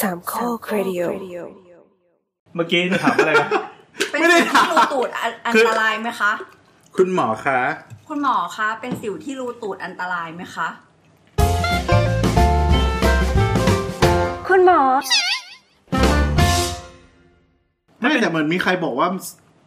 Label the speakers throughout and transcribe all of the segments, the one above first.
Speaker 1: สามข้อครดิโอ
Speaker 2: เมื่อกี้จะถามอะไรนะ
Speaker 3: เป็น
Speaker 4: ไม่ได้
Speaker 3: สิวที่
Speaker 4: ถาม
Speaker 3: รูตูดอันอัน
Speaker 4: คือ
Speaker 3: ตรายไหมคะ
Speaker 4: คุณหมอคะ
Speaker 3: คุณหมอคะ เป็นสิวที่รูตูดอันตรายไหมคะ
Speaker 1: คุณหมอ
Speaker 4: ไม่
Speaker 2: ไม่
Speaker 4: แต่
Speaker 2: แต่
Speaker 4: เหมือนมีใครบอกว่า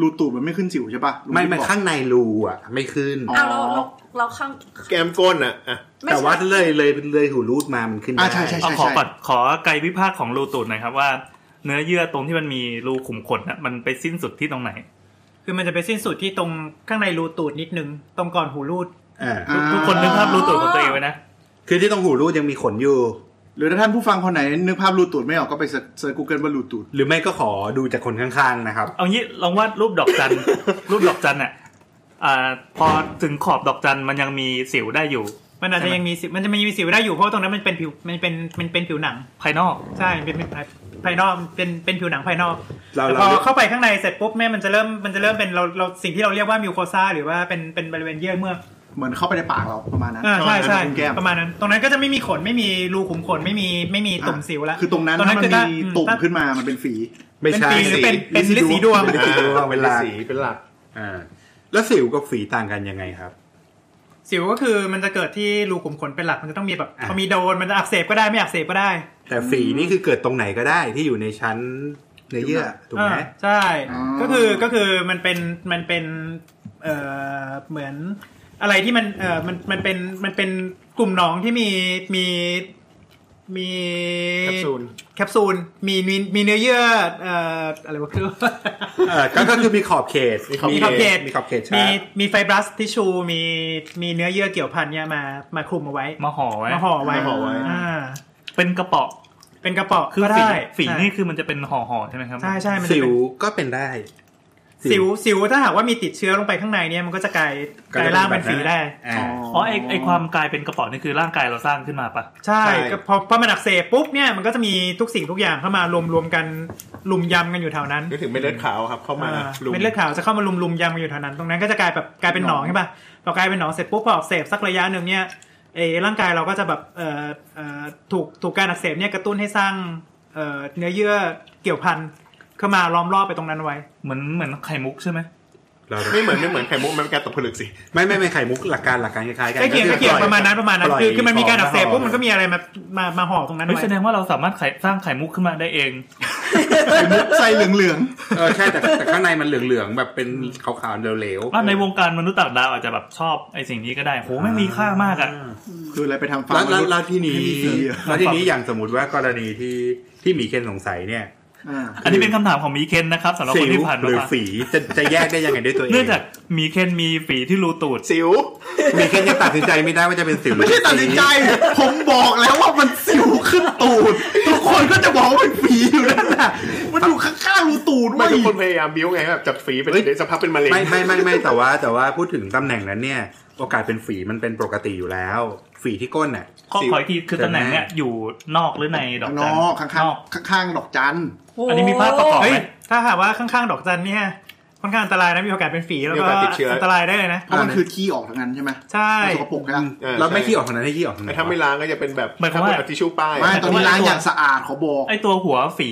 Speaker 4: รูตูดมันไม่ขึ้นสิวใช่ปะ
Speaker 5: ไม่ไม่
Speaker 4: บอก
Speaker 5: ข้างในรูอ่ะ ไม่ขึ้น
Speaker 4: อ๋อ
Speaker 3: เอาเราเราเราข้าง
Speaker 6: แกมก้นอ่ะอ่ะ
Speaker 3: ไม่
Speaker 5: แต่
Speaker 3: ใช่
Speaker 5: ว่าเลยเลยเลยหูรูดมามันขึ้น
Speaker 4: อ่ะ
Speaker 5: ได้
Speaker 4: ใช่ใช่
Speaker 2: เอา
Speaker 4: ใช่
Speaker 2: ขอ
Speaker 4: ใช่
Speaker 2: ปัดขอไกลวิภาคของรูตูดหน่อยครับว่า เนื้อเยื่อตรงที่มันมีรูขุมขนน่ะมันไปสิ้นสุดที่ตรงไหน
Speaker 7: คือมันจะไปสิ้นสุดที่ตรงข้างในรูตูดนิดนึง ตรงก่อนหูรูด
Speaker 5: อ่า
Speaker 4: อ่า
Speaker 2: ทุกคนนึกภาพรูตูดของตัวเองไว้นะ
Speaker 5: คือที่ตรงหูรูดยังมีขนอยู่
Speaker 4: หรือถ้าท่านผู้ฟังคนไหนนึกภาพรูตูดไม่ออกก็ไปเสิร์ชกูเกิลว่ารูตูด
Speaker 5: หรือไม่ก็ขอดูจากคนข้างๆนะครับ
Speaker 2: เอางี้ลองวาดรูปดอกจัน รูปดอกจันอ่ะอ่าพอถึงขอบดอกจันมันยังมีสิวได้อยู่
Speaker 7: มันอาจจะยังมีสิวมันจะมีสิวได้อยู่เพราะว่าตรงนั้นมันเป็นผิวมันเป็นมันเป็นผิวหนัง
Speaker 2: ภายนอก
Speaker 7: ใช่มันเป็นภายภายนอกเป็นเป็นผิวหนังภายนอก
Speaker 5: เรา
Speaker 7: แต่พ
Speaker 5: เรา
Speaker 7: อ
Speaker 5: เรียก
Speaker 7: เข้าไปข้างในเสร็จปุ๊บแม่มันจะเริ่มมันจะเริ่มเป็นเราเราสิ่งที่เราเรียกว่ามิวโคซาหรือว่าเป็นเป็นบริเวณเยื่อเมือก
Speaker 4: เหมือนเข้าไปในปากเราประมาณนั้น
Speaker 7: อ่าใช่ใช่
Speaker 4: ตรงแก้ม
Speaker 7: ประมาณนั้น ตรงนั้นก็จะไม่มีขนไม่มีรูขุมขนไม่มีไม่มีตุ่มสิวแล้ว
Speaker 4: คือตรงนั้น
Speaker 7: ตรง
Speaker 4: ถ้า
Speaker 7: นั้น
Speaker 4: มัน
Speaker 7: คือ
Speaker 4: มีตุ่มขึ้นมามันเป็นฝี
Speaker 5: ไม่
Speaker 7: เป็น
Speaker 5: ใช่
Speaker 7: ปีหรือเป็น
Speaker 4: ลิ
Speaker 7: เป็น
Speaker 4: ซิดวง
Speaker 7: ลิสีดวง
Speaker 5: ไม่ได้ดูว่าเวลา
Speaker 6: สีเป็นหลัก
Speaker 5: อ่าแล้วสิวกับฝีต่างกันยังไงครับ
Speaker 7: สิวก็คือมันจะเกิดที่รูขุมขนเป็นหลักมันจะต้องมีแบบ
Speaker 5: อ่ะ
Speaker 7: พอมีโดนมันจะอักเสบก็ได้ไม่อักเสบก็ได้
Speaker 5: แต่ฝีนี่คือเกิดตรงไหนก็ได้ที่อยู่ในชั้นเนื้อเยื่อถูกไหม
Speaker 7: อ่าใช่
Speaker 4: อ๋อ
Speaker 7: ก็คือก็คือมันเป็นมันเป็นเอ่อเหมือนอะไรที่มันเอ่อมันมันเป็นมันเป็นกลุ่มหนองที่มีมีมี
Speaker 6: แคปซูล
Speaker 7: แคปซูลมีมีมีเนื้อเยื่อเอ่ออะไรวะคือ
Speaker 5: เออก็ก็คือมีขอบเขต
Speaker 6: มีขอบ
Speaker 7: มีขอบเขต
Speaker 5: มีขอบเขตชัด
Speaker 7: มีมีไฟบรัสทิชชูมีมีเนื้อเยื่อเกี่ยวพันเนี่ยมามาคลุมเอาไว้
Speaker 2: มาห่อไว้
Speaker 7: มาห่อไว้
Speaker 4: มาห่อไว้
Speaker 7: อ่า
Speaker 2: เป็นกระเป๋อ
Speaker 7: เป็นกระเป๋อ
Speaker 2: คือฝี
Speaker 7: ก็ได้
Speaker 2: ฝีนี่
Speaker 7: ใช่
Speaker 2: คือมันจะเป็นห่อห่อๆใช่ไหมครับ
Speaker 7: ใช่ใช่มันจะ
Speaker 5: สิว
Speaker 7: เป็
Speaker 5: น ก็เป็นได้
Speaker 7: สิวสิวถ้าหากว่ามีติดเชื้อลงไปข้างในเนี่ยมันก็จะกลายกลายร่างเป็นฝีได้
Speaker 5: อ่า
Speaker 2: อ๋อไอไอความกลายเป็นกระเป๋อนี่คือร่างกายเราสร้างขึ้นมาปะ
Speaker 7: ใช่
Speaker 5: ใช่
Speaker 7: ก็พอพอมันอักเสบปุ๊บเนี่ยมันก็จะมีทุกสิ่งทุกอย่างเข้ามารวมรวมกันลุมยำกันอยู่แถวนั้น
Speaker 6: นึกถึงเม็ดเลือดขาวครับ เข้ามา
Speaker 7: อ่า
Speaker 6: ลุม
Speaker 7: เม็ดเลือดขาวจะเข้ามาลุมลุมยำกันอยู่แถวนั้น ตรงนั้นก็จะกลายแบบกลายเป็นหนองใช่ป่ะพอกลายเป็นหนองเสร็จปุ๊บพออักเสบสักระยะหนึ่งเนี่ยเออร่างกายเราก็จะแบบเอ่อเอ่อถูกถูกการอักเสบเนี่ยกระตุ้นให้สร้างเอ่อเนื้อเยื่อเกี่ยวพันเข้ามาล้อมรอบไปตรงนั้นไว้
Speaker 2: เหมือนเหมือนไข่มุกใช่ไหม
Speaker 5: เรา
Speaker 6: ไม่เหมือนไม่เหมือนไข่มุกมันเป็นการตกผลึกสิ
Speaker 5: ไม่ไม่ไม่ไข่มุกหลักการหลักการคล้ายๆกัน
Speaker 7: ใกล้เคียงใกล้เคียง
Speaker 5: อ
Speaker 7: ประมาณนั้นประมาณนั้น
Speaker 5: ปล่ย
Speaker 7: คือคือมันมีการอักเสบ
Speaker 5: ขง
Speaker 7: ปุ๊บมันก็มีอะไรมามามาห่อตรงนั้น
Speaker 2: เฮ้ย
Speaker 7: ไว้
Speaker 2: แสดงว่าเราสามารถไขสร้างไข่มุกขึ้นมาได้เอง
Speaker 4: ไข่มุกไส้เหลือง
Speaker 5: เออใช่แต่แต่ข้างในมันเหลืองๆแบบเป็นขาวๆเหลว
Speaker 2: ว่าในวงการมนุษย์ต่างดาวอาจจะแบบชอบไอ้สิ่งนี้ก็ได้โหไม่งมีค่ามากอะ
Speaker 4: ๆคืออะไรไปทำฟาร์ม
Speaker 5: แล้วแล้
Speaker 4: ม
Speaker 5: ว
Speaker 4: นุษย์
Speaker 5: แล้วที่นี้
Speaker 4: ไม่มีสีอะ
Speaker 5: แล้วที่นี้อย่างสมมติว่ากรณีที่ที่หมีเคนสงสัยเนี่ย
Speaker 4: อ่า
Speaker 2: อันนี้เป็นคำถามของหมีเคนนะครับสำหรับ
Speaker 5: สิ
Speaker 2: คน
Speaker 5: ว
Speaker 2: ที่ผ่าน
Speaker 5: หรือ
Speaker 2: มา
Speaker 5: ฝีจะจะแยกได้ยังไงด้วยตัวเอง
Speaker 2: เนื่องจากหมีเคนมีฝีที่รูตูด
Speaker 6: สิว
Speaker 5: หมีเคนยังตัดสินใจไม่ได้ว่าจะเป็นสิวหรือ
Speaker 4: ไม่ใช่ตัดสินใจ ผมบอกแล้วว่ามันสิวขึ้นตูด ทุกคนก็จะบอกว่าเป็นฝีอยู่นั่นน่ะ มันอยู่ข้างๆรูตูด
Speaker 6: มั
Speaker 4: เว้ย
Speaker 6: นทุกคนพยายามบิ้วไงแบบจากฝีเป็นเดี๋ยวสักพักเป็นมะเร็ง
Speaker 5: ไม่ไม่ไม่ไม่แต่ว่าแต่ว่าพูดถึงตำแหน่งนั้นเนี่ย โอกาสเป็นฝีมันเป็นปกติอยู่แล้ว ฝีที่ก้นน่ะ
Speaker 2: ข้อขออีกทีคือตำแหน่งเนี้ยอยู่นอกหรือในดอก
Speaker 4: ข้างน
Speaker 2: จัน
Speaker 4: อกข้างๆข้า
Speaker 2: นอก
Speaker 4: งๆดอกจัน
Speaker 2: อันนี้มีภาพประกอบไห
Speaker 7: เฮ้ย
Speaker 2: ม
Speaker 7: ถ้าหากว่าข้างๆดอกจันเนี่ยค่อนข้างอันตรายนะมีโอกาสเป็นฝีแล้วก็อันตรายได้เลยนะ
Speaker 4: เพราะมันคือขี้ออกทั้งนั้นใช่ไหม
Speaker 7: ใช่
Speaker 4: มันสกปรกนะ
Speaker 6: เออ
Speaker 5: แล้วไม่
Speaker 6: ใช่
Speaker 5: ขี้ออกทางนั้นให้ขี้ออกทางไหน
Speaker 6: แต่ถ้าไม่ล้างก็จะเป็นแบบ
Speaker 2: หมายความว่า
Speaker 6: ถ้แบบทิชชู่ป้าย
Speaker 4: ไม่ตอนนี้ล้างอย่างสะอาดขอบอก
Speaker 2: ไอตัวหัวฝี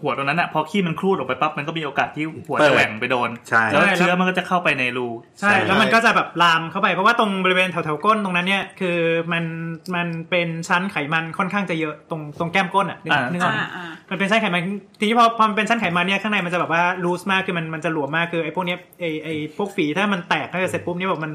Speaker 2: หัวตรงนั้นอะพอขี้มันครูดออกไปปั๊บมันก็มีโอกาสที่หัวจะแหว่งไปโดน
Speaker 5: ใช่
Speaker 2: แล้วเชื้อมันก็จะเข้าไปในรู
Speaker 7: ใช่แล้วมันก็จะแบบลามเข้าไปเพราะว่าตรงบริเวณแถวๆก้นตรงนั้นเนี่ยคือมันมันเป็นชั้นไขมันค่อนข้างจะเยอะตรงตรงแก้มก้นอ่ะนึกนึกออกไหม
Speaker 3: อ่าอ่า
Speaker 7: มันเป็นชั้นไขมันทีนี้พอพอมันเป็นชั้นไขมันเนี่ยข้างในมันจะแบบว่าลูสมากคือมันมันจะหลวมมากคือไอ้พวกเนี้ยไอ้ไอ้พวกฝีถ้ามันแตกถ้าเกิดเสร็จปุ๊บเนี่ยแบบมัน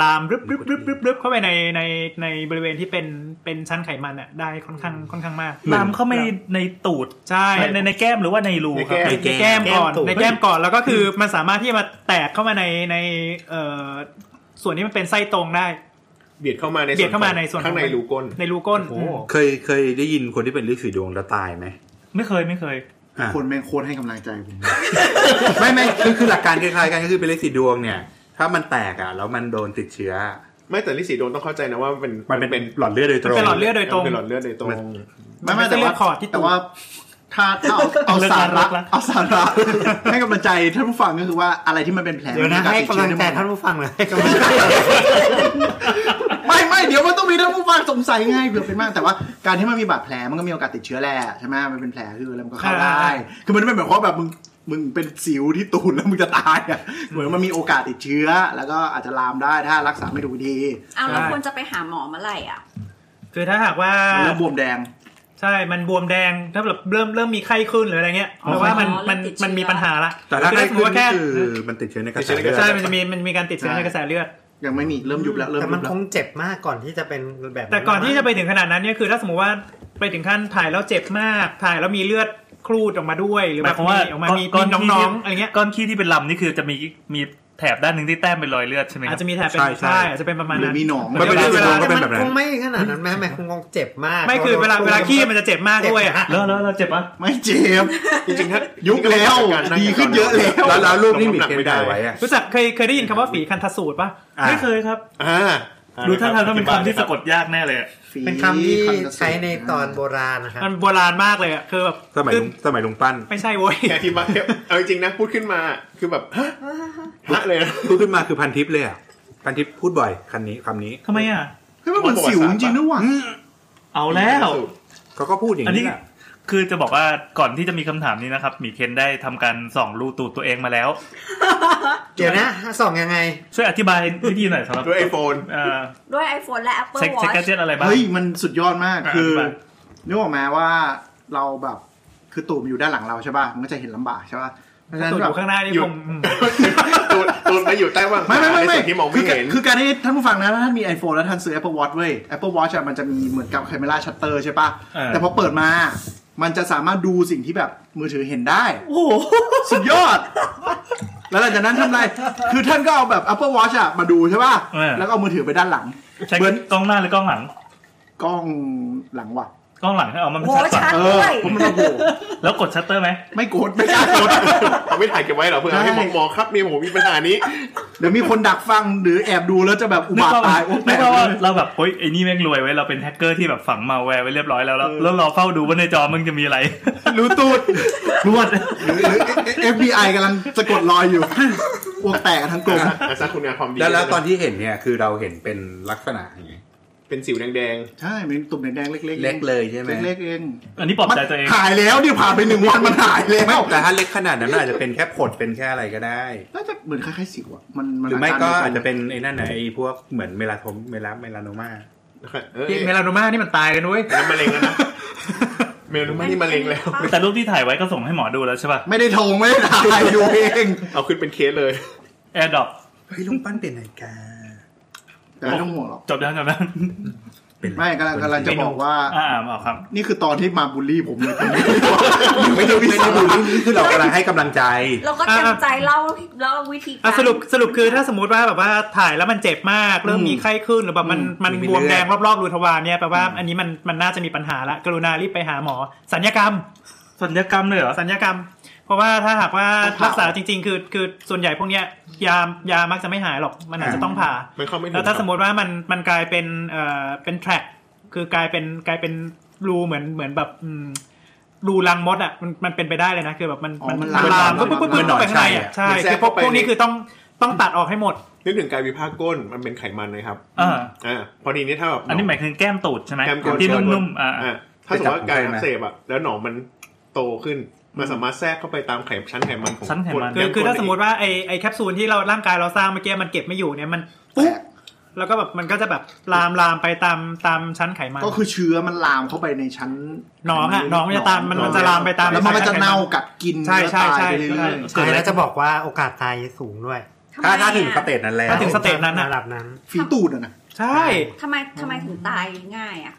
Speaker 7: ลามรึบรึบรึบรึบรึบเข้าไปในในในบริเวณที่เป็นเป็นชั้นไขมันอ่ะได้ค่อนข้างค่อนข้างมาก
Speaker 2: น้ำเข้าไม่ในตูด
Speaker 7: ใช่
Speaker 2: ในในในแก้มหรือว่าในรูครับ
Speaker 7: ในแก้มก่อนในแก้มก่อนแล้วก็คือมันสามารถที่จะมาแตกเข้ามาในในเอ่อส่วนที่มันเป็นไส้ตรงได้
Speaker 6: เบียดเข้ามาใน
Speaker 7: เบียดเข้ามาในส่วน
Speaker 6: ข้างในรูก้น
Speaker 7: ในรูก้น
Speaker 2: โอ้โห
Speaker 5: เคยเคยได้ยินคนที่เป็นลินฝีดวงแล้วตายไหม
Speaker 2: ไม่เคยไม่เคย
Speaker 5: อ่ะ
Speaker 4: คนแม่งโคตรให้กำลังใจผม
Speaker 5: ไม่ไม่คือคือหลักการคล้ายๆกันก็คือเป็นลินฝีดวงเนี่ย ถ้ามันแตกอ่ะแล้วมันโดนติดเชื้อ
Speaker 6: ไม่แต่ลิสีดวงต้องเข้าใจนะว่ามันเป็น
Speaker 5: มันเป็นหลอดเลือดโดยต
Speaker 7: มัน
Speaker 5: รง
Speaker 7: เป็นหลอดเลือดโดยตรง
Speaker 6: มันเป็นหลอดเลือดโดยตรง
Speaker 4: ไม่ไม่แต่ว่า
Speaker 7: เป็นเรื่องขอดที่ตูด
Speaker 4: แต่ว่า ถ้าถ้าเอาเอา
Speaker 2: เลิก
Speaker 4: สา
Speaker 2: รั
Speaker 4: ระ
Speaker 2: กละ
Speaker 4: เอาสาระให้กำลังใจท่านผู้ฟังก็คือว่าอะไรที่มันเป็นแผล
Speaker 5: เดี๋ยวนะ
Speaker 4: มัมีอก
Speaker 5: ให้ำลัง
Speaker 4: ติด
Speaker 5: ใจ
Speaker 4: เชื้อได้หมด
Speaker 5: ท่านผู้ฟังเลย
Speaker 4: ไม่ไม่เดี๋ยวมันต้องมีท่านผู้ฟังสง
Speaker 8: ไซส์ง่ายเบื่อเป็นมากแต่ว่าการที่มันมีบาดแผลมันก็มีโอกาสติดเชื้อแหละใช่ไหมมันเป็นแผลคือแล้วมันก็เข้าได้ คือมันไม่เหมือนว่าแบบมึงมึงเป็นสิวที่ตูดแล้วมึงจะตายอ่ะเหมือนมันมีโอกาสติดเชื้อ แล้วก็อาจจะลามได้ถ้ารักษาไม่ถูกวิธี
Speaker 3: อ้าวเรา
Speaker 7: ใช่
Speaker 3: ควรจะไปหาหมอเมื่อไหร่อ่ะ
Speaker 7: คือถ้าหากว่า
Speaker 8: มันเริ่มบวมแดง
Speaker 7: ใช่ มันบวมแดง ถ้าแบบเริ่มเริ่มมีไข้ขึ้นหรืออะไรเงี้ยเพราะว่ามัน
Speaker 3: อ๋อ
Speaker 7: มัน
Speaker 3: แล้วติดเชื้อ
Speaker 7: มันมีปัญหาละ
Speaker 5: แต่ถ้า
Speaker 7: คือ
Speaker 5: ได้
Speaker 7: สม
Speaker 5: คือ
Speaker 7: มติว่าแค่
Speaker 5: คือมันติดเชื้อในกระแสเลือด
Speaker 7: ใช่ มันจะมีมันมีการติดเชื้อ
Speaker 8: ใช่
Speaker 7: ในกระแสเลือด
Speaker 8: ยังไม่มีเริ่มยุบแล้วเริ่ม
Speaker 9: แต่
Speaker 8: ยุ
Speaker 9: มัน
Speaker 8: บแล้
Speaker 9: คว งเจ็บมากก่อนที่จะเป็นแบบ
Speaker 7: แต่ก่อนที่จะไปถึงขนาดนั้นเนี่ยคือถ้าสมมติว่าไปถึงขั้นถ่ายแล้วเจ็บมาก ถ่ายแล้วมีเลือดครูดออกมาด้วย หรือ
Speaker 2: ห
Speaker 7: แบ
Speaker 2: มายค
Speaker 7: บ
Speaker 2: วามว่า
Speaker 7: มีออกมามี
Speaker 2: ก้
Speaker 7: มีน้องๆอะไรเงี้ย
Speaker 2: ก้อนขี้ที่เป็นลำนี่คือจะมีมีแถบด้านหนึ่งที่แต้มเป็นรอยเลือดใช่ไหมค
Speaker 7: อา
Speaker 2: รั
Speaker 7: จ
Speaker 2: บ
Speaker 7: จะมีแถบเป็น
Speaker 5: ใช่ใช่
Speaker 7: ใช่อาจจะเป็นประมาณ
Speaker 8: หรือ
Speaker 7: นั้น
Speaker 8: มีหนอง
Speaker 5: มันเป็นเรื่อง
Speaker 9: เว
Speaker 5: เว
Speaker 9: ลา
Speaker 5: ลาก็
Speaker 9: แต่
Speaker 5: เป็น
Speaker 9: มั
Speaker 5: แบบ
Speaker 9: น
Speaker 5: นั้
Speaker 9: คน งไม่ขนาดนั้นแม่แม่คงเจ็บมาก
Speaker 7: ไม่คือเวลาเวลาขี้มันจะเจ็บมากด้วยอะ
Speaker 9: เจ็บ
Speaker 2: แล้วแล้วเราเจ็บปะ
Speaker 8: ไม่เจ็บ
Speaker 6: จริงๆถ้า
Speaker 8: ยุบแล้ว
Speaker 6: การง
Speaker 8: ดีขึ้นเยอะแล้ว
Speaker 5: แล้วแล้วรูปนี่มี
Speaker 6: ำหก
Speaker 5: เคนได้ไว้อะ
Speaker 7: รู้จักเคยเคยได้ยินคำว่าฝีคันทสูตรปะ
Speaker 5: อ่ะ
Speaker 7: ไม่เคยครับ
Speaker 6: อ่า
Speaker 2: ดูท่าทางต้องเป็นคำที่สะกดยากแน่เลยอะ
Speaker 9: เป็นคำที่ใช้ในตอนโบราณนะครับ
Speaker 7: มันโบราณมากเลยอะคือแบบ
Speaker 5: สมัย
Speaker 7: คือ
Speaker 5: สมัยลุงปั้น
Speaker 7: ไม่ใช่โว้ย
Speaker 6: แค่ที่มาแค่เอาจริงๆนะพูดขึ้นมาคือแบบฮะฮะเลยนะ
Speaker 5: พูดขึ้นมาคือพันทิปเลยอ่ะพันทิปพูดบ่อยคำนี้คำนี้
Speaker 7: ทำไมอ่ะ
Speaker 8: เฮ้ยมันเหมือนสิวจริงๆด้วยว่ะ
Speaker 2: เอาแล้ว
Speaker 5: เขาก็พูดอย่าง
Speaker 2: อัน
Speaker 5: นี้
Speaker 2: นี้
Speaker 5: แหละ
Speaker 2: คือจะบอกว่าก่อนที่จะมีคำถามนี้นะครับหมีเคนได้ทำการส่องรูตูดตัวเองมาแล้ว
Speaker 9: เดี๋ยวนะส่องยังไง
Speaker 2: ช่วยอธิบายวิธีหน่อยสำหรับ
Speaker 6: ด้วยไอโฟน
Speaker 2: เอ่อ
Speaker 3: ด้วย iPhone และ Apple
Speaker 2: เช็คเช็ค
Speaker 3: Watch
Speaker 2: แกดเจ็ตอะไรบ้าง
Speaker 8: เฮ้ย มันสุดยอดมาก
Speaker 2: อ่ะ
Speaker 8: คือ
Speaker 2: อธิบาย
Speaker 8: นึกออกไหมาว่าเราแบบคือตูมนอยู่ด้านหลังเราใช่ป่ะมันก็จะเห็นลำบากใช่ป่ะเพราะฉะนั้น
Speaker 7: ตูดอ
Speaker 8: แบบ
Speaker 7: ยู่ข้างหน้านี่
Speaker 6: อยู่
Speaker 7: ผมอืม
Speaker 6: ตูนตูนมาอยู่ใต้ว่าง
Speaker 8: ไม่ไม่ไม่
Speaker 6: ใน
Speaker 8: ไม่
Speaker 6: ส่วนที่มองไม่เห็น
Speaker 8: คือคือการที่ท่านผู้ฟังนะถ้าท่านมี iPhone แล้วท่านซื้อ Apple Watch เว้ย Apple Watch อะมันจะมีเหมือนกับ Camera Shutter ใช่ป่ะ
Speaker 2: เออ
Speaker 8: แต่พอเปิดมา มันจะสามารถดูสิ่งที่แบบมือถือเห็นได้ โอ้สุดยอด แล้วหลังจากนั้นทำไร คือท่านก็เอาแบบ Apple Watch อะมาดูใช่ป่ะ
Speaker 2: เออ
Speaker 8: แล้วก็เอามือถือไปด้านหลัง
Speaker 2: ใช้
Speaker 8: เหมือน
Speaker 2: กล้องหน้าหรือกล้องหลัง
Speaker 8: กล้องหลังว่ะ
Speaker 2: กล้องหลังให้เอามัน
Speaker 3: โอ้
Speaker 2: ชัดกว่า
Speaker 3: ชัด
Speaker 8: เอ
Speaker 3: ด้
Speaker 8: อ
Speaker 3: วย
Speaker 8: ผมมันระบุ
Speaker 2: แล้วกดชัตเตอร์ไหม
Speaker 8: ไม่โกรธไม่กล้าโกรธ
Speaker 6: เอาไม่ถ่ายเก็บไว้เหรอเพื่อเอาให้หมอๆครับมีผมมีปัญหานี้
Speaker 8: เดี๋ยวมีคนดักฟังหรือแอบดูแล้วจะแบบอุ
Speaker 2: นึก
Speaker 8: บาท
Speaker 2: ว่า
Speaker 8: ตายโอ้แปล
Speaker 2: นึ
Speaker 8: ก
Speaker 2: กว่า
Speaker 8: เล
Speaker 2: ว่าย เราแบบเฮ้ยไอ้นี่แม่งรวยไว้ยเราเป็นแฮกเกอร์ที่แบบฝังมาแวร์ไว้เรียบร้อยแล้วแล้วแล้วรอเฝ้าดูว่าในจอมึงจะมีอะไร
Speaker 8: รู้ตูด
Speaker 2: รวด
Speaker 8: ห รือหรือ FBI กำลังสะกดรอยอยู่ อ้วกแตกกันทั้งกลม
Speaker 6: อาซาคุณงามความดี
Speaker 5: แล้วแล้วตอนที่เห็นเนี่ยคือเราเห็นเป็นลักษณะอย่างไง
Speaker 6: เป็นสิวแดง
Speaker 8: ใช่มันตุ่มแดงๆเล็กๆ
Speaker 5: เล็กเลยใช่ไหม
Speaker 8: เล็กๆเอง
Speaker 2: อันนี้ปลอบใจตัวเอง
Speaker 8: หายแล้วเนี่ยผ่านไปหนึ่งวันมันหายแล้
Speaker 5: ไม่
Speaker 8: ว
Speaker 5: แต่ถ้าเล็กขนาดนั้นมันอาจจะเป็นแค่ผดเป็นแค่อะไรก็ได้
Speaker 8: น่าจะเหมือนคล้ายๆสิวอะมันน
Speaker 5: หรือไม่ก็
Speaker 8: ร
Speaker 5: อาจจะเป็นไอ้นั่นนะไอ้พวกเหมือนเมลาโทมเมลาเมลาโนมา
Speaker 6: ๆเออ
Speaker 7: พี่เมลานมานี่มันตายกันด้วย
Speaker 6: มะเร็งแล้วนะเมลนูมานี่มะเร็งแล้ว
Speaker 2: แต่รูปที่ถ่ายไว้ก็ส่งให้หมอดูแล้วใช่ป่ะ
Speaker 8: ไม่ได้ทงไม่ได้ถ่ายดูเอง
Speaker 6: เอาขึ้นเป็นเคสเลย
Speaker 2: แอร์ดรอป
Speaker 5: เฮ้ยลุงปั้นเป็นไหนกา
Speaker 8: แต่ไม่ต้องห่วงหรอก
Speaker 2: จบยังจบยัง
Speaker 5: เป็น
Speaker 8: ไม่กำลังกำลังจะบอกว่า
Speaker 2: อ่าเอาครับ
Speaker 8: นี่คือตอนที่มาบูลลี่ผมเลยคนนี้
Speaker 5: ไม่ใช่ไม่ใช่บูลลี่นี่คือเรากำลังให้ กำลังใจ
Speaker 3: เราก็เต็ม
Speaker 7: อ่ะ
Speaker 3: ใจเล่าเล่าวิธี
Speaker 7: อ่ะ
Speaker 3: การ
Speaker 7: สรุปสรุปคือถ้าสมมติว่าแบบว่าถ่ายแล้วมันเจ็บมาก เริ่มมีไข้ขึ้นหรือแบบมันมัน
Speaker 5: มี
Speaker 7: บวม
Speaker 5: เลือด
Speaker 7: แดงรอบๆรูทวารเนี่ยแปลว่าอันนี้มันมันน่าจะมีปัญหาละกรุณารีบไปหาหมอ สัญญกรรม
Speaker 2: สัญญกรรมเลยเหรอ
Speaker 7: สัญญกรรม เพราะว่าถ้าหากว่ารักษาจริง ๆ คือคือส่วนใหญ่พวกเนี้ยยายามักจะไม่หายหรอกมันอาจจะต้องผ่า
Speaker 6: มันเข้าไม่ถึง
Speaker 7: แล้วถ้าสมมติว่ามันมันกลายเป็นเอ่อเป็นแทร็กคือกลายเป็นกลายเป็นรูเหมือนเหมือนแบบอืมรูรังมดอ่ะมันมันเป็นไปได้เลยนะคือแบบมันมันลามก็ปึ๊บปึ๊บปึ๊บเข้าไปข้างในอ่ะใช่คือพวกพวกนี้คือต้องต้องตัดออกให้หมด
Speaker 6: นึกถึงการวิภาคก้นมันเป็นไขมันนะครับ
Speaker 2: อ่า
Speaker 6: อ่าพอดีนี้ถ้าแบบ
Speaker 2: อันนี้หมายถึงแก้มตูดใช่ไหม
Speaker 6: แคมโกน
Speaker 2: ที่นุ่มๆ อ่า
Speaker 6: อ่าถ้าสมมติว่าการอักเสบอ่ะแล้วหนองมันโตขึ้นมันสามารถแทรกเข้าไปตามไขชั้นไขมันของ
Speaker 2: ชั้นไขมัน
Speaker 6: ก้
Speaker 7: คือคือถ้า
Speaker 6: ก้น
Speaker 7: สมมติว่าไอไอแคปซูลที่เราร่างกายเราสร้างเมื่อกี้มันเก็บไม่อยู่เนี่ยมันปุ๊บแล้วก็แบบมันก็จะแบบลามลามไปตามตามชั้นไขมัน
Speaker 8: ก็คือเชื้อมันลามเข้าไปในชั้น
Speaker 7: หนองอะหนองมันจะตามมันมันจะลามไปตาม
Speaker 8: แล้วมันก็จะเน่ากัดกิน
Speaker 7: ใช่ใช่
Speaker 8: แล้ว
Speaker 7: ใช่
Speaker 8: ตายไปเรื่อยๆ
Speaker 2: เกิดอะ
Speaker 9: ใช่
Speaker 2: ไร
Speaker 9: แล้วจะบอกว่าโอกาสตายสูงด้วย
Speaker 3: ทำไม
Speaker 5: ถ้าถ้าถึงส
Speaker 3: อ่ะ
Speaker 5: เตจนั้นแล้ว
Speaker 7: ถ้าถึงสเตจนั้นอะ
Speaker 9: ระดับนั้น
Speaker 8: ฝีตูดอะนะ
Speaker 7: ใช่
Speaker 3: ทำไมทำไมถึงตายง่ายอ่ะ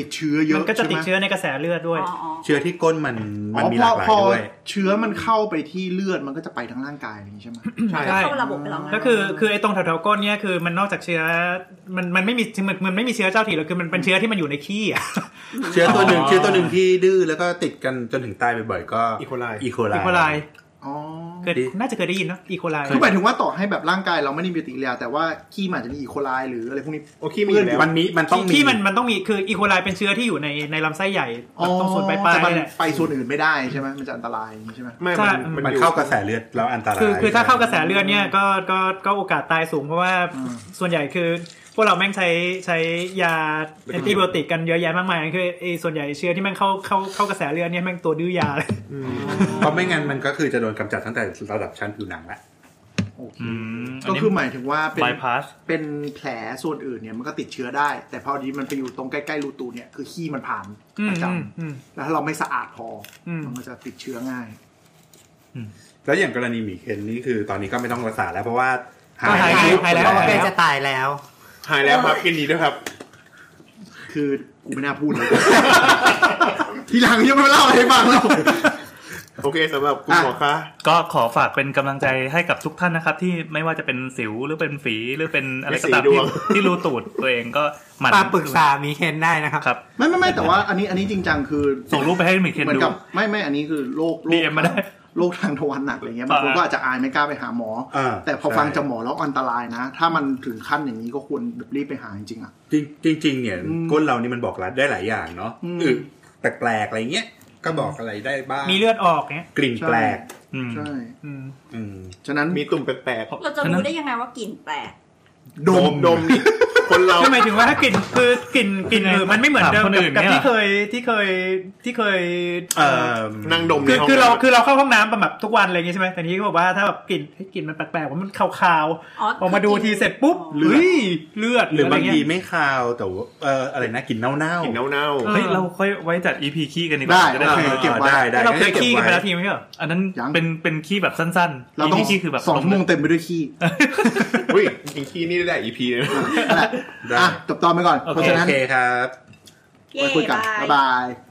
Speaker 8: ติดเชื้อเย
Speaker 7: มั
Speaker 8: อะ
Speaker 7: นก็จะติด
Speaker 8: ใช่ไหม
Speaker 7: เชื้อในกระแสเลือดด้วย
Speaker 3: อ๋ออ๋อ
Speaker 5: เชื้อที่ก้นมัน
Speaker 8: อ๋
Speaker 5: มัน
Speaker 8: อ
Speaker 5: มี
Speaker 8: พ
Speaker 5: ห
Speaker 8: อ
Speaker 5: ลากหลาย
Speaker 8: พอ
Speaker 5: ด้วย
Speaker 8: เชื้อมันเข้าไปที่เลือดมันก็จะไปทั้งร่างกายอย่างนี้ใช่ไหม
Speaker 6: ใช่
Speaker 7: ใช่
Speaker 3: เข้าระบบไปแล้วไง
Speaker 7: ก็คือคือไอ้ตรงแถวๆก้นเนี่ยคือมันนอกจากเชื้อมันมันไม่มีมันมันไม่มีเชื้อเจ้าถิ่นหรอกคือมันเป็นเชื้อที่มันอยู่ในขี้อะ
Speaker 5: เชื้อตัวหนึ่ง
Speaker 2: อ๋อ
Speaker 5: เชื้อตัวหนึ่งที่ดื้อแล้วก็ติดกันจนถึงตายบ่อยๆก็
Speaker 6: อีโคไล
Speaker 5: อีโคไล
Speaker 7: อีโคไล
Speaker 8: อ๋อ
Speaker 7: เคยน่าจะเคยได้ยินเนาะอีโคไล
Speaker 8: คือหมายถึงว่าต่อให้แบบร่างกายเราไม่ได้มีปฏิกิริยาแต่ว่าขี้มันอาจจะมีอีโคไลหรืออะไรพวกนี้
Speaker 6: โอเคมีอยู่แล้ว
Speaker 5: มันมีมันต้องมี
Speaker 7: ที่มันมันต้องมีคืออีโคไลเป็นเชื้อที่อยู่ในในลำไส้ใหญ่
Speaker 8: อ๋อ
Speaker 7: ตรงส่วนปลาย
Speaker 8: แต่
Speaker 7: ๆ
Speaker 8: มัน
Speaker 7: นี่แหละ
Speaker 8: ไปส่วนอื่นไม่ได้ใช่ไหมมันจะอันตรายอย่างนี้ใช่ไหม
Speaker 6: ไม่
Speaker 7: ใช่
Speaker 6: มัน
Speaker 5: มั
Speaker 6: อ
Speaker 5: น
Speaker 6: ยู่
Speaker 5: เข้ากระแสเลือดแล้วอันตราย
Speaker 7: คือคือถ้าเข้ากระแสเลือดเนี่ยก็ก็ก็โอกาสตายสูงเพราะว่าส่วนใหญ่คือ พวกเราแม่งใช้ใช้ยาแอนติบิโอติกกันเยอะแยะมากมายคือไอ้ส่วนใหญ่เชื้อที่แม่งเข้าเข้าเข้ากระแสเลือดเนี่ยแม่งตัวดื้อยาเลย
Speaker 5: เพราะไม่งั้นมันก็คือจะโดนกำจัดตั้งแต่ระดับชั้นผิวหนังละ
Speaker 8: โอเค
Speaker 2: อืมน
Speaker 8: ก็
Speaker 2: นี้
Speaker 8: คือหมายถึงว่าเป็น
Speaker 2: bypass
Speaker 8: เป็นแผลส่วนอื่นเนี่ยมันก็ติดเชื้อได้ แต่พอดีมันไปอยู่ตรงใกล้ๆรูตูดเนี่ยคือขี้มันผ่าน
Speaker 7: อืม
Speaker 8: ประจ
Speaker 7: อืมอืม
Speaker 8: ำแล้วถ้าเราไม่สะอาดพออ
Speaker 7: ม
Speaker 8: มันก็จะติดเชื้อง่าย
Speaker 5: แล้วอย่างกรณีหมีเคนนี่คือตอนนี้ก็ไม่ต้องรักษาแล้วเพราะว่า
Speaker 7: ก็หาย
Speaker 5: อายุ
Speaker 7: หายแล้ว
Speaker 9: เพราะว่าเป็นจะตายแล้ว
Speaker 6: หายแล้วครับกินดีด้วยครับ
Speaker 8: คือกูไม่น่าพูดเลย ทีหลังยังไม่เล่าให้ฟังหรอก
Speaker 6: โอเคสำหรับคุณหมอคะ
Speaker 2: ก็ขอฝากเป็นกำลังใจให้กับทุกท่านนะครับ ที่ไม่ว่าจะเป็นสิวหรือเป็นฝีหรือเป็นอะไรก็ตาม
Speaker 6: เป็นสีด
Speaker 2: ที่
Speaker 6: วง
Speaker 2: ที่รูตูดตัวเองก็หมั่น
Speaker 9: ปาปรึกษามีเคนได้นะครับ
Speaker 2: ครับ
Speaker 8: ไม่ไม่ไม่แต่ว่าอันนี้อันนี้จริงจังคือ
Speaker 2: ส่งรูปไปให้หมีเคน
Speaker 8: เหมือ
Speaker 2: ดู
Speaker 8: นกับไม่ไม่อันนี้คือโรคโรค
Speaker 2: DM มาได้
Speaker 8: โรคทางทวารหนักอะไรเงี้ยบางคนก็อาจจะอายไม่กล้าไปหาหมอ
Speaker 5: อ่า
Speaker 8: แต่พอฟัง
Speaker 5: ใช่
Speaker 8: จากหมอแล้วอันตรายนะ ถ้ามันถึงขั้นอย่างนี้ก็ควรรีบไปหาจริงๆอ่ะ
Speaker 5: จริงจริง ๆ เนี่ย
Speaker 8: อืม
Speaker 5: ก้นเรานี่มันบอกรัดได้หลายอย่างเนาะ
Speaker 8: อืม
Speaker 5: อือแปลกๆอะไรเงี้ยก็บอกอะไรได้บ้าง
Speaker 7: มีเลือดออกเนี่ย
Speaker 5: กลิ่นแปลก
Speaker 2: อืม
Speaker 8: ใช่
Speaker 7: อืม
Speaker 5: อืม
Speaker 8: ฉะนั้น
Speaker 6: มีตุ่มแปลก
Speaker 3: เราจะรู้ได้ยังไงว่ากลิ่นแปลก
Speaker 6: ๆดมดมดิคนเรา
Speaker 7: คือหมายถึงว่าถ้ากลิ่นคือกลิ่นกลิ่น
Speaker 2: กลิ่น
Speaker 7: เออมันไม่เหมือนเดิ
Speaker 2: ถา
Speaker 7: ม
Speaker 2: มคนอื่น
Speaker 7: กับ
Speaker 2: เนี่ย
Speaker 7: ที่เคยที่เคยที่เคย
Speaker 5: เอ่อ
Speaker 6: นั่งดม
Speaker 7: คื
Speaker 6: ใน
Speaker 7: อ
Speaker 6: ห้อง
Speaker 7: คือเรา
Speaker 6: น้ำะ
Speaker 7: คือเราเข้าห้องน้ำแบบทุกวันอะไรอย่างงี้ใช่ไหมแต่ทีนี้ก็บอกว่าถ้าแบบกลิ่นเฮ้ยกลิ่นมันแปลกๆว่ามันขาว
Speaker 3: อ๋อ
Speaker 7: ๆพอมาดูทีเสร็จปุ๊บเฮ้ยเลือด
Speaker 5: หรือบาง
Speaker 7: ะไเย
Speaker 5: ทีไม่คาวแต่ว่าเอออะไรนะกลิ่นเน่าก ๆ
Speaker 6: ลิ่นเน่า
Speaker 2: เฮ้ยเราค่อยไว้จัดอีพีขี้กันดีก
Speaker 8: ได้
Speaker 2: ว่าจะได้
Speaker 8: เรา
Speaker 2: คุย
Speaker 8: เก็บไว้
Speaker 5: ได้ได้
Speaker 7: เราเคยขี้กันไปแล้ว
Speaker 5: เบว้
Speaker 7: ทีไม่ใช่เหรอ
Speaker 2: อันนั้น
Speaker 8: ยัง
Speaker 2: เป็นเป็นขี้แบบสั้นๆ
Speaker 8: เรา
Speaker 2: อี
Speaker 8: ต้อ
Speaker 2: พี
Speaker 8: ง
Speaker 2: ขี้คือแบบ
Speaker 8: สองชั่วโมงเต็มไปด้วยขี้
Speaker 6: ๆอุ้ยจริงๆขี้นี่ได้อีพีเลยนะ
Speaker 8: นั่นแหละอ่ะจบตอนไปก่อน เพราะฉะ
Speaker 5: โอ
Speaker 8: นั้น
Speaker 5: เคครับ
Speaker 3: เย่
Speaker 8: ไว้คุยกัน
Speaker 3: บาย
Speaker 8: บ๊ายบาย